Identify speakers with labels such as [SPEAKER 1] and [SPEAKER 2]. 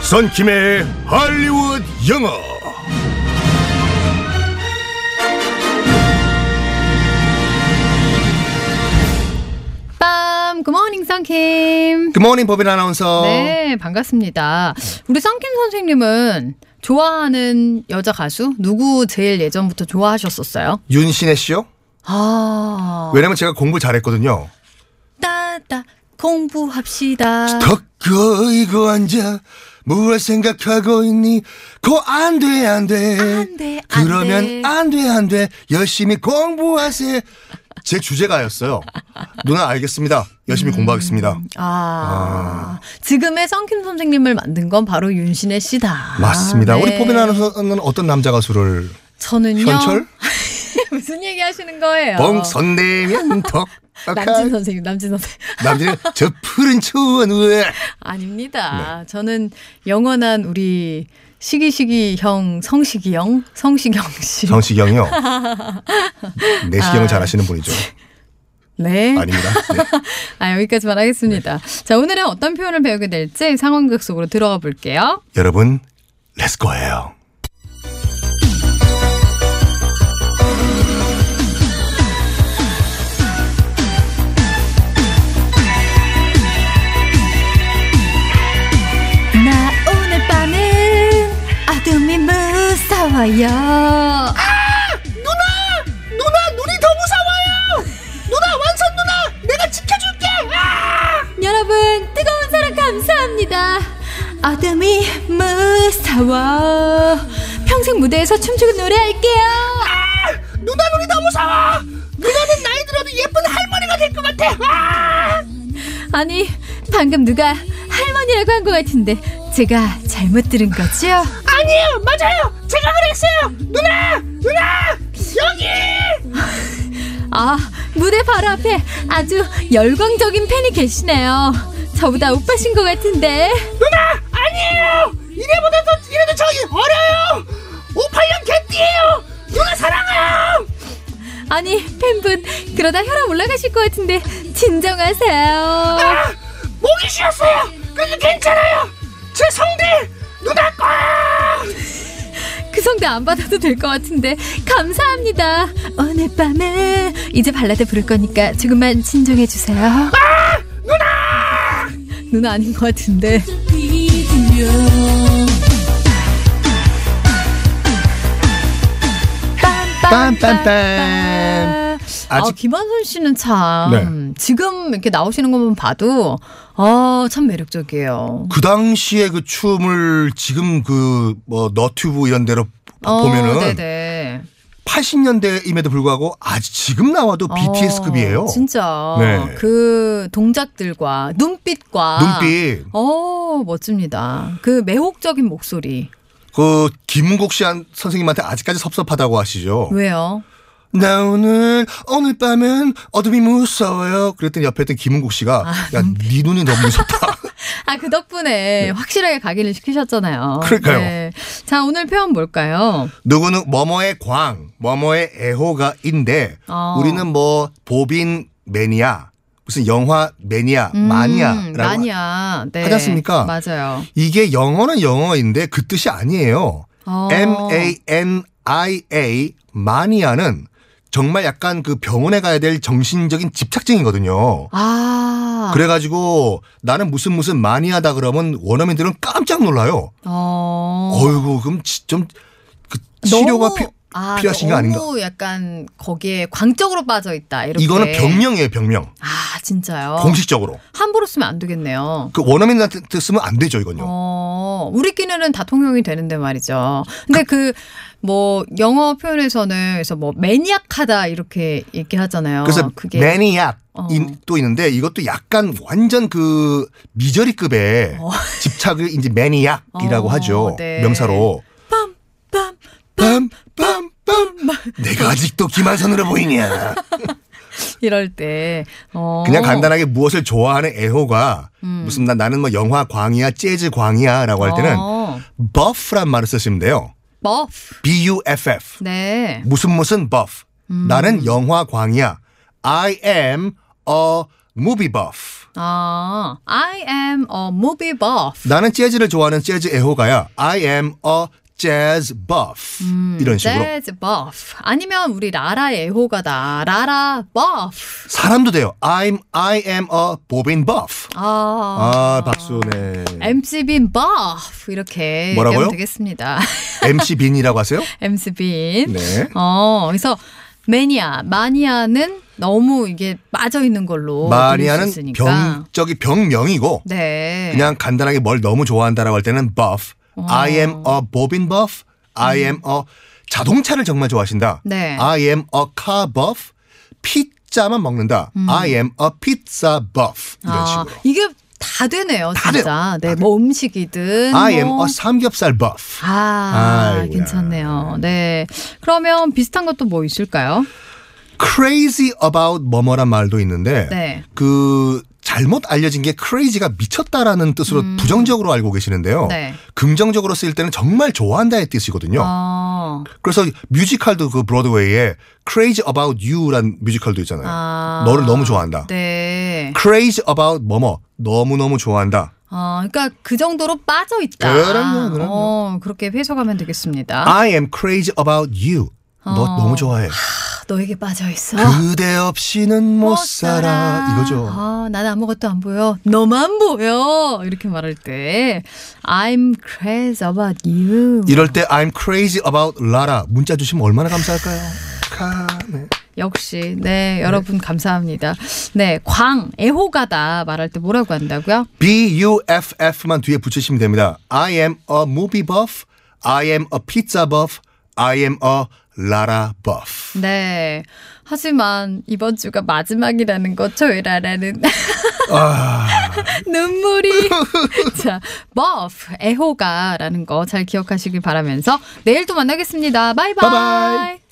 [SPEAKER 1] 박선킴의 할리우드 영어.
[SPEAKER 2] 빰, 굿모닝 썬킴.
[SPEAKER 1] 굿모닝 법인 아나운서.
[SPEAKER 2] 네, 반갑습니다. 우리 썬킴 선생님은 좋아하는 여자 가수 누구 제일 예전부터 좋아하셨었어요?
[SPEAKER 1] 윤신혜 씨요?
[SPEAKER 2] 아,
[SPEAKER 1] 왜냐면 제가 공부 잘했거든요.
[SPEAKER 2] 따따 공부합시다.
[SPEAKER 1] 덕거 이고 앉아 무얼 생각하고 있니? 고 안 돼 안돼.
[SPEAKER 2] 안 돼, 안 돼.
[SPEAKER 1] 그러면 안 돼 안돼. 열심히 공부하세요. 제 주제가였어요. 누나 알겠습니다.
[SPEAKER 2] 음.
[SPEAKER 1] 열심히 공부하겠습니다.
[SPEAKER 2] 아, 지금의 썬킴 선생님을 만든 건 바로 윤신혜 씨다.
[SPEAKER 1] 맞습니다.
[SPEAKER 2] 네.
[SPEAKER 1] 우리 포빈 아나운서는 어떤 남자 가수를?
[SPEAKER 2] 저는요.
[SPEAKER 1] 현철?
[SPEAKER 2] 무슨 얘기 하시는 거예요?
[SPEAKER 1] 봉선대면 덕.
[SPEAKER 2] 어. 남진 선생님, 남진 선생님.
[SPEAKER 1] 남들은 저 푸른 초원을
[SPEAKER 2] 아닙니다.
[SPEAKER 1] 네.
[SPEAKER 2] 저는 영원한 우리 시기시기 형 성식이 형 성식영 씨.
[SPEAKER 1] 정식형이요. 내시경
[SPEAKER 2] 아.
[SPEAKER 1] 잘하시는 분이죠.
[SPEAKER 2] 네.
[SPEAKER 1] 아닙니다. 네.
[SPEAKER 2] 아 여기까지만 하겠습니다. 자 오늘은 어떤 표현을 배우게 될지 상황극 속으로 들어가 볼게요.
[SPEAKER 1] 여러분, 렛츠고예요.
[SPEAKER 2] 나 오늘 밤은 어둠이 무서워요.
[SPEAKER 3] 아! 누나 눈이 더 무서워요 누나 완선 누나 내가 지켜줄게 아!
[SPEAKER 2] 여러분 뜨거운 사랑 감사합니다. 어둠이 무서워. 평생 무대에서 춤추고 노래할게요.
[SPEAKER 3] 아! 누나 눈이 더 무서워 누나는 나이 들어도 예쁜 할머니가 될 것 같아 아!
[SPEAKER 2] 아니 방금 누가 할머니라고 한 것 같은데 제가 잘못 들은 거죠?
[SPEAKER 3] 아니에요 맞아요 제가 그랬어요 누나 누나 여기
[SPEAKER 2] 아 무대 바로 앞에 아주 열광적인 팬이 계시네요 저보다 오빠신 것 같은데
[SPEAKER 3] 누나 아니에요 이래보다 더 이래도 저기 어려요 58년 개띠예요 누나 사랑해요
[SPEAKER 2] 아니 팬분 그러다 혈압 올라가실 것 같은데 진정하세요
[SPEAKER 3] 아, 목이 쉬었어요 근데 괜찮아요 제 성대 누나 거야
[SPEAKER 2] 그 성대 안 받아도 될 것 같은데 감사합니다 오늘 밤에 이제 발라드 부를 거니까 조금만 진정해주세요
[SPEAKER 1] 아,
[SPEAKER 2] 누나 누나 아닌 것 같은데
[SPEAKER 1] 빰빰빰.
[SPEAKER 2] 아,
[SPEAKER 1] 아직-
[SPEAKER 2] 김한선 씨는 참
[SPEAKER 1] 네.
[SPEAKER 2] 지금 이렇게 나오시는 것만 봐도 아, 참 매력적이에요.
[SPEAKER 1] 그 당시에 그 춤을 지금 그 뭐 너튜브 이런 데로
[SPEAKER 2] 어,
[SPEAKER 1] 아, 보면은
[SPEAKER 2] 네네.
[SPEAKER 1] 80년대임에도 불구하고 아직 지금 나와도 BTS급이에요.
[SPEAKER 2] 어, 진짜
[SPEAKER 1] 네.
[SPEAKER 2] 그 동작들과 눈빛과
[SPEAKER 1] 눈빛.
[SPEAKER 2] 어 멋집니다. 그 매혹적인 목소리
[SPEAKER 1] 그 김은국 씨 한 선생님한테 아직까지 섭섭하다고 하시죠.
[SPEAKER 2] 왜요?
[SPEAKER 1] 나 오늘 오늘 밤은 어둠이 무서워요. 그랬더니 옆에 있던 김은국 씨가 야 네 눈이 너무 무섭다.
[SPEAKER 2] 아 그 덕분에 확실하게 가기를
[SPEAKER 1] 네.
[SPEAKER 2] 시키셨잖아요. 네.
[SPEAKER 1] 그러니까요.
[SPEAKER 2] 자 오늘 표현 뭘까요?
[SPEAKER 1] 누구는 뭐뭐의 광, 뭐뭐의 애호가인데
[SPEAKER 2] 어.
[SPEAKER 1] 우리는 뭐 보빈 매니아, 무슨 영화 매니아,
[SPEAKER 2] 음,
[SPEAKER 1] 마니아라고
[SPEAKER 2] 마니아. 네.
[SPEAKER 1] 하지 않습니까?
[SPEAKER 2] 맞아요.
[SPEAKER 1] 이게 영어는 영어인데 그 뜻이 아니에요.
[SPEAKER 2] 어.
[SPEAKER 1] M A N I A 마니아는 정말 약간 그 병원에 가야 될 정신적인 집착증이거든요.
[SPEAKER 2] 아.
[SPEAKER 1] 그래가지고 나는 무슨 무슨 마니아다 그러면 원어민들은 깜짝 놀라요.
[SPEAKER 2] 어.
[SPEAKER 1] 어이구 그럼 지- 좀그 치료가
[SPEAKER 2] 너무-
[SPEAKER 1] 피,
[SPEAKER 2] 아,
[SPEAKER 1] 필요하신 게 아닌가?
[SPEAKER 2] 너무 약간 거기에 광적으로 빠져 있다. 이렇게.
[SPEAKER 1] 이거는 병명이에요 병명
[SPEAKER 2] 아, 진짜요?
[SPEAKER 1] 공식적으로
[SPEAKER 2] 함부로 쓰면 안 되겠네요.
[SPEAKER 1] 그 원어민한테 쓰면 안 되죠 이건요.
[SPEAKER 2] 어, 우리끼리는 다 통용이 되는데 말이죠. 근데 그 뭐 영어 표현에서는 그래서 뭐 매니악하다 이렇게 얘기하잖아요.
[SPEAKER 1] 그래서
[SPEAKER 2] 그게
[SPEAKER 1] 매니아
[SPEAKER 2] 어.
[SPEAKER 1] 또 있는데 이것도 약간 완전 그 미저리급의
[SPEAKER 2] 어.
[SPEAKER 1] 집착을 이제 매니악이라고
[SPEAKER 2] 어,
[SPEAKER 1] 하죠
[SPEAKER 2] 네.
[SPEAKER 1] 명사로.
[SPEAKER 2] 빰.
[SPEAKER 1] 빰빰빰빰 내가 아직도 김한선으로 보이냐?
[SPEAKER 2] 어. 이럴 때 어.
[SPEAKER 1] 그냥 간단하게 무엇을 좋아하는 애호가
[SPEAKER 2] 음.
[SPEAKER 1] 무슨 나, 나는 뭐 영화 광이야 재즈 광이야라고 할 때는
[SPEAKER 2] 어.
[SPEAKER 1] buff란 말을 쓰시면 돼요.
[SPEAKER 2] 버프.
[SPEAKER 1] B U F F
[SPEAKER 2] 네. 음.
[SPEAKER 1] 무슨 무슨 buff. 나는 영화 광이야. I am a movie buff.
[SPEAKER 2] 아, I am a movie buff.
[SPEAKER 1] 나는 재즈를 좋아하는 재즈 애호가야. I am a jazz buff. 이런 식으로.
[SPEAKER 2] 음, 재즈 buff. 아니면 우리 라라의 애호가다. 라라 buff.
[SPEAKER 1] 사람도 돼요. I'm I am a 보빈 buff.
[SPEAKER 2] 아.
[SPEAKER 1] 아, 박수네.
[SPEAKER 2] MC 빈 buff 이렇게
[SPEAKER 1] 뭐라고요?
[SPEAKER 2] 되면 되겠습니다.
[SPEAKER 1] MC 빈이라고 하세요?
[SPEAKER 2] MC 빈.
[SPEAKER 1] 네.
[SPEAKER 2] 어, 그래서 매니아, 마니아는 너무 이게 빠져 있는 걸로 들을 수
[SPEAKER 1] 마니아는
[SPEAKER 2] 어, 있으니까.
[SPEAKER 1] 병적이 병명이고
[SPEAKER 2] 네.
[SPEAKER 1] 그냥 간단하게 뭘 너무 좋아한다라고 할 때는 buff. I am a 보빈 buff. I am a 자동차를 정말 좋아하신다.
[SPEAKER 2] 네.
[SPEAKER 1] I am a car buff. 피자만 먹는다. I am a pizza buff. 이런
[SPEAKER 2] 음. 아,
[SPEAKER 1] 식으로.
[SPEAKER 2] 이게 다 되네요,
[SPEAKER 1] 다 돼요.
[SPEAKER 2] 진짜. 네, 뭐 음식이든
[SPEAKER 1] I am
[SPEAKER 2] 뭐.
[SPEAKER 1] a 삼겹살 buff.
[SPEAKER 2] 아,
[SPEAKER 1] 아이고야.
[SPEAKER 2] 괜찮네요. 네. 그러면 비슷한 것도 뭐 있을까요?
[SPEAKER 1] crazy about 뭐뭐란 말도 있는데
[SPEAKER 2] 네.
[SPEAKER 1] 그 잘못 알려진 게 crazy가 미쳤다라는 뜻으로 부정적으로 알고 계시는데요.
[SPEAKER 2] 음. 네.
[SPEAKER 1] 긍정적으로 쓰일 때는 정말 좋아한다의 뜻이거든요.
[SPEAKER 2] 어.
[SPEAKER 1] 그래서 뮤지컬도 그 브로드웨이에 crazy about you란 뮤지컬도 있잖아요.
[SPEAKER 2] 아.
[SPEAKER 1] 너를 너무 좋아한다.
[SPEAKER 2] 네.
[SPEAKER 1] crazy about 뭐뭐 너무 너무 좋아한다.
[SPEAKER 2] 어, 그러니까 그 정도로 빠져 있다.
[SPEAKER 1] 그럼요, 아. 그럼요.
[SPEAKER 2] 어, 그렇게 해석하면 되겠습니다.
[SPEAKER 1] I am crazy about you. 너
[SPEAKER 2] 어.
[SPEAKER 1] 너무 좋아해.
[SPEAKER 2] 너에게 빠져 있어.
[SPEAKER 1] 그대 없이는 아. 못 살아. 이거죠.
[SPEAKER 2] 아, 난 아무것도 안 보여. 너만 보여. 이렇게 말할 때 I'm crazy about you.
[SPEAKER 1] 이럴 때 I'm crazy about Lara 문자 주시면 얼마나 감사할까요? 카, 네.
[SPEAKER 2] 역시 네, 여러분 감사합니다. 네, 광 애호가다 말할 때 뭐라고 한다고요?
[SPEAKER 1] B U F F만 뒤에 붙이시면 됩니다. I am a movie buff. I am a pizza buff. I am a Lara buff.
[SPEAKER 2] 네. 하지만 이번 주가 마지막이라는 거 조이라라는
[SPEAKER 1] 아.
[SPEAKER 2] 눈물이 자, 버프 애호가라는 거 잘 기억하시길 바라면서 내일 또 만나겠습니다. 바이바이.
[SPEAKER 1] 바이바이.